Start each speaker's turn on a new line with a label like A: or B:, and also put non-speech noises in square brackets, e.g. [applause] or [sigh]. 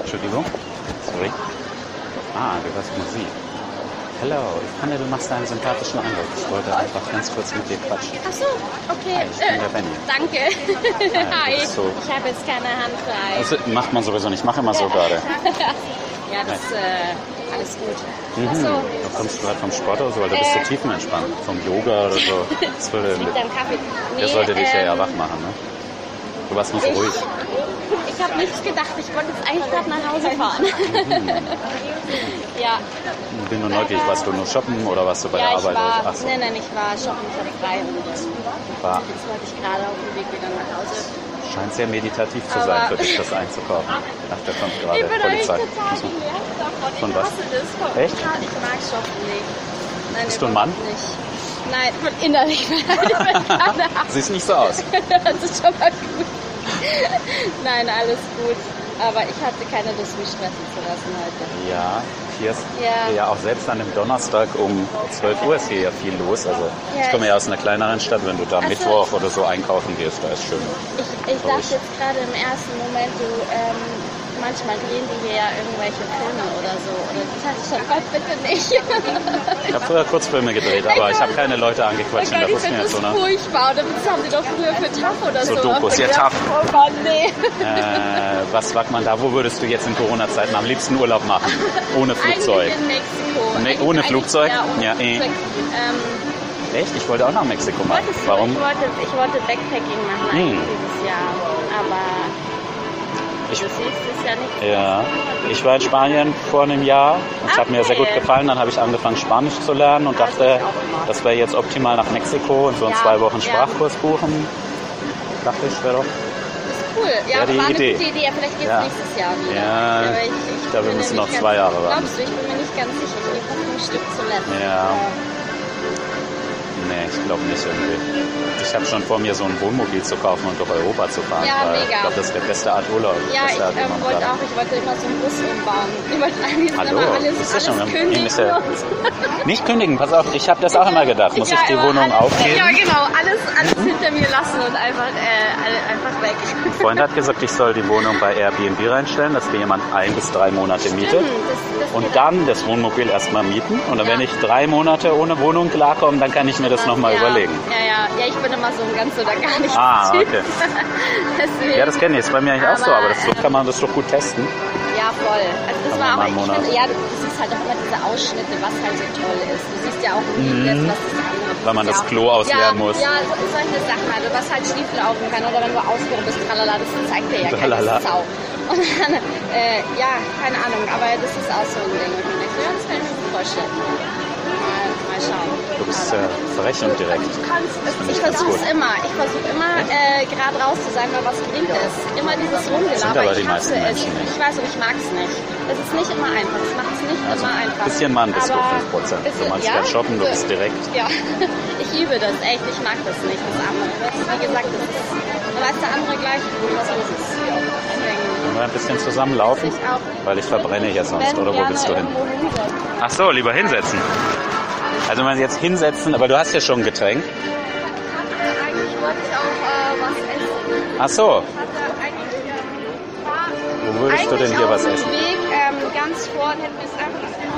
A: Entschuldigung. Sorry. Ah, du hörst Musik. Hallo, ich fand, du machst einen sympathischen Eindruck. Ich wollte einfach ganz kurz mit dir quatschen.
B: Ach so,
A: Hi,
B: okay. Äh,
A: ich bin der Benny.
B: Danke. Hi.
A: das ist so.
B: Ich habe jetzt keine Hand frei.
A: Das Also, macht man sowieso nicht. Mach immer so gerade.
B: [laughs] ja, das äh, alles gut. Ach
A: Also- Mhm.
B: so,
A: Da kommst du gerade vom Sport oder so, weil du bist so
B: Äh.
A: tiefenentspannt. Vom Yoga oder so. Das würde,
B: das liegt am Kaffee. Nee,
A: das Genau. sollte dich ja
B: ähm,
A: eher wach machen, ne? Du warst nur so ruhig.
B: Ich habe nicht gedacht, ich wollte jetzt eigentlich gerade nach Hause fahren.
A: Mhm.
B: [laughs] ja,
A: Ich bin nur neugierig. Warst du nur shoppen oder warst du bei
B: ja,
A: der
B: ich
A: Arbeit?
B: war,
A: Ach so,
B: nein, nein, ich war shoppen, ich hatte frei und jetzt
A: war.
B: wollte ich gerade auf dem Weg wieder nach Hause.
A: Scheint sehr meditativ zu
B: Aber-
A: sein für
B: [laughs]
A: dich, das einzukaufen. Ach, da kommt
B: Ich
A: gerade
B: bin eigentlich
A: Polizei.
B: total genervt davon.
A: Von
B: ich
A: was?
B: hasse das. Von
A: Echt?
B: Ja, ich mag Shoppen nicht. Nein,
A: Bist du ein Mann?
B: überhaupt Nicht. Nein, von innerlich. [laughs] das
A: Siehst nicht so aus.
B: ist schon mal gut. Nein, alles gut. Aber ich hatte keine Lust, mich stressen zu lassen heute.
A: Ja, hier ist
B: Ja.
A: ja auch selbst an dem Donnerstag um 12 Uhr ist hier ja viel los. Also
B: Ja,
A: ich komme
B: ich-
A: ja aus einer kleineren Stadt, wenn du da
B: so.
A: Mittwoch oder so einkaufen gehst, da ist schön.
B: Ich, ich
A: Traurig.
B: dachte jetzt gerade im ersten Moment, du, ähm, manchmal drehen die hier ja irgendwelche Filme oder so. Oder das hatte ich schon, Gott, bitte nicht.
A: Ich habe früher Kurzfilme gedreht, aber ich habe keine Leute
B: Oh
A: angequatscht in der
B: Gott, ich finde das
A: Fußgängerzone.
B: furchtbar. Oder das haben sie doch früher für TAF oder
A: So
B: so.
A: Dokus, ja,
B: aufgenommen. Oh Gott, nee.
A: Äh, was sagt man da? Wo würdest du jetzt in Corona-Zeiten am liebsten Urlaub machen? Ohne Flugzeug.
B: [laughs] Eigentlich in Mexiko.
A: Nee,
B: Eigentlich-
A: ohne
B: eigentlich-
A: Flugzeug?
B: Ja, ohne
A: Ja, eh.
B: Flugzeug. Ähm,
A: Echt? Ich wollte auch nach Mexiko mal.
B: wolltest du-
A: Warum?
B: Ich wollte, ich wollte Backpacking machen
A: Hm.
B: eigentlich dieses Jahr. Aber
A: Ich-
B: das nächste ist ja nicht.
A: Ja, ich war in Spanien vor einem Jahr. Das hat mir sehr gut gefallen. Dann habe ich angefangen, Spanisch zu lernen und dachte, das wäre jetzt optimal nach Mexiko und so in
B: Ja,
A: zwei Wochen
B: ja.
A: Sprachkurs buchen. Dachte ich, wäre doch.
B: Cool. Ja,
A: Ja, die
B: war eine
A: Idee.
B: gute Idee. Ja, vielleicht geht es
A: Ja.
B: nächstes Jahr wieder.
A: Ja,
B: Aber
A: ich glaube, wir
B: bin mir
A: müssen
B: nicht
A: noch
B: ganz-
A: zwei Jahre warten.
B: Glaubst du, ich bin mir nicht ganz sicher. Ich bin fünf Stück zu Äh, lassen.
A: Ja. Nee, ich glaube nicht irgendwie. Ich habe schon vor mir, so ein Wohnmobil zu kaufen und durch Europa zu fahren.
B: Ja,
A: weil
B: mega.
A: Ich glaube, das ist der beste Art Urlaub. die
B: Ja, ich
A: beste Art, die
B: ähm,
A: man
B: wollte
A: kann.
B: auch, ich wollte immer so einen Bus umbauen. Ich wollte eigentlich
A: Hallo,
B: immer alles,
A: ist das
B: alles
A: schon-
B: kündigen.
A: Ihm ist ja-
B: und-
A: Nicht kündigen, pass auf, ich habe das auch immer gedacht. Muss
B: Ja,
A: ich die
B: immer
A: Wohnung
B: alles,
A: aufgeben?
B: Ja, genau, alles, alles hinter mir lassen und einfach, äh, alle- einfach weg.
A: Ein Freund hat gesagt, ich soll die Wohnung bei Airbnb reinstellen, dass mir jemand ein bis drei Monate mietet.
B: Hm, das, das
A: Und
B: geht
A: dann das Wohnmobil erstmal mieten. Und dann, wenn ich drei Monate ohne Wohnung klarkomme, dann kann ich mir das
B: auch.
A: nochmal
B: ja,
A: überlegen.
B: Ja, ja, ja, ich bin immer so ein ganz oder gar nicht.
A: Ah,
B: [laughs] Typ.
A: okay.
B: Deswegen,
A: Ja, das kenne ich. Ist bei mir eigentlich auch so, aber
B: Aber,
A: das so
B: ähm,
A: kann man das doch gut testen.
B: ja, voll. Also das
A: Kann
B: war
A: man mal einen
B: auch,
A: Monat.
B: ich finde, ja, du du siehst halt auch immer diese Ausschnitte, was halt so toll ist. Du siehst ja auch nie das, was das andere
A: Mhm. Weil man
B: ist,
A: das
B: ja.
A: Klo ausleeren
B: ja,
A: muss.
B: Ja, so, solche Sachen, also was halt schieflaufen kann oder wenn du ausgerufen bist, tralala, das zeigt dir ja
A: Tralala.
B: keine Sau. Und dann, äh, ja, keine Ahnung, aber das ist auch so ein Ding. Und ich denke, ja, das kann ich mir gut vorstellen. Mal, mal schauen.
A: Du bist
B: Aber-
A: äh, frech und direkt.
B: ich kann's-
A: find
B: Ich
A: ich ganz
B: versuche es
A: gut.
B: immer. Ich versuche immer äh, gerade raus zu sein, weil was bringt es? Immer dieses
A: Sind aber
B: Rumgelaber.
A: die
B: Ich
A: meisten
B: hasse es.
A: Menschen nicht.
B: Ich weiß und ich mag es nicht. Es ist nicht immer einfach. Es macht es nicht
A: Also,
B: immer einfach.
A: bisschen Mann bist du,
B: Aber
A: 5%. Du
B: bisschen-
A: magst gern shoppen, du
B: so-
A: bist direkt.
B: [laughs] Ja, ich liebe das echt. Ich mag das nicht, das andere. Das ist, wie gesagt, das ist, da weiß der andere gleich, was los ist. Deswegen
A: Können wir ein bisschen zusammenlaufen?
B: ich auch.
A: Weil ich verbrenne hier sonst.
B: wenn
A: Oder wo
B: gerne
A: willst du hin?
B: irgendwo hinsetzt.
A: Ach so, lieber hinsetzen. Also man jetzt hinsetzen, aber du hast ja schon ein Getränk.
B: Eigentlich wollte ich auch äh, was essen.
A: Ach so,
B: Hatte eigentlich, äh, ja, war
A: wo würdest du denn
B: Eigentlich
A: hier
B: auf
A: was
B: dem
A: essen?
B: Weg ähm, ganz vorne hätten wir es einfach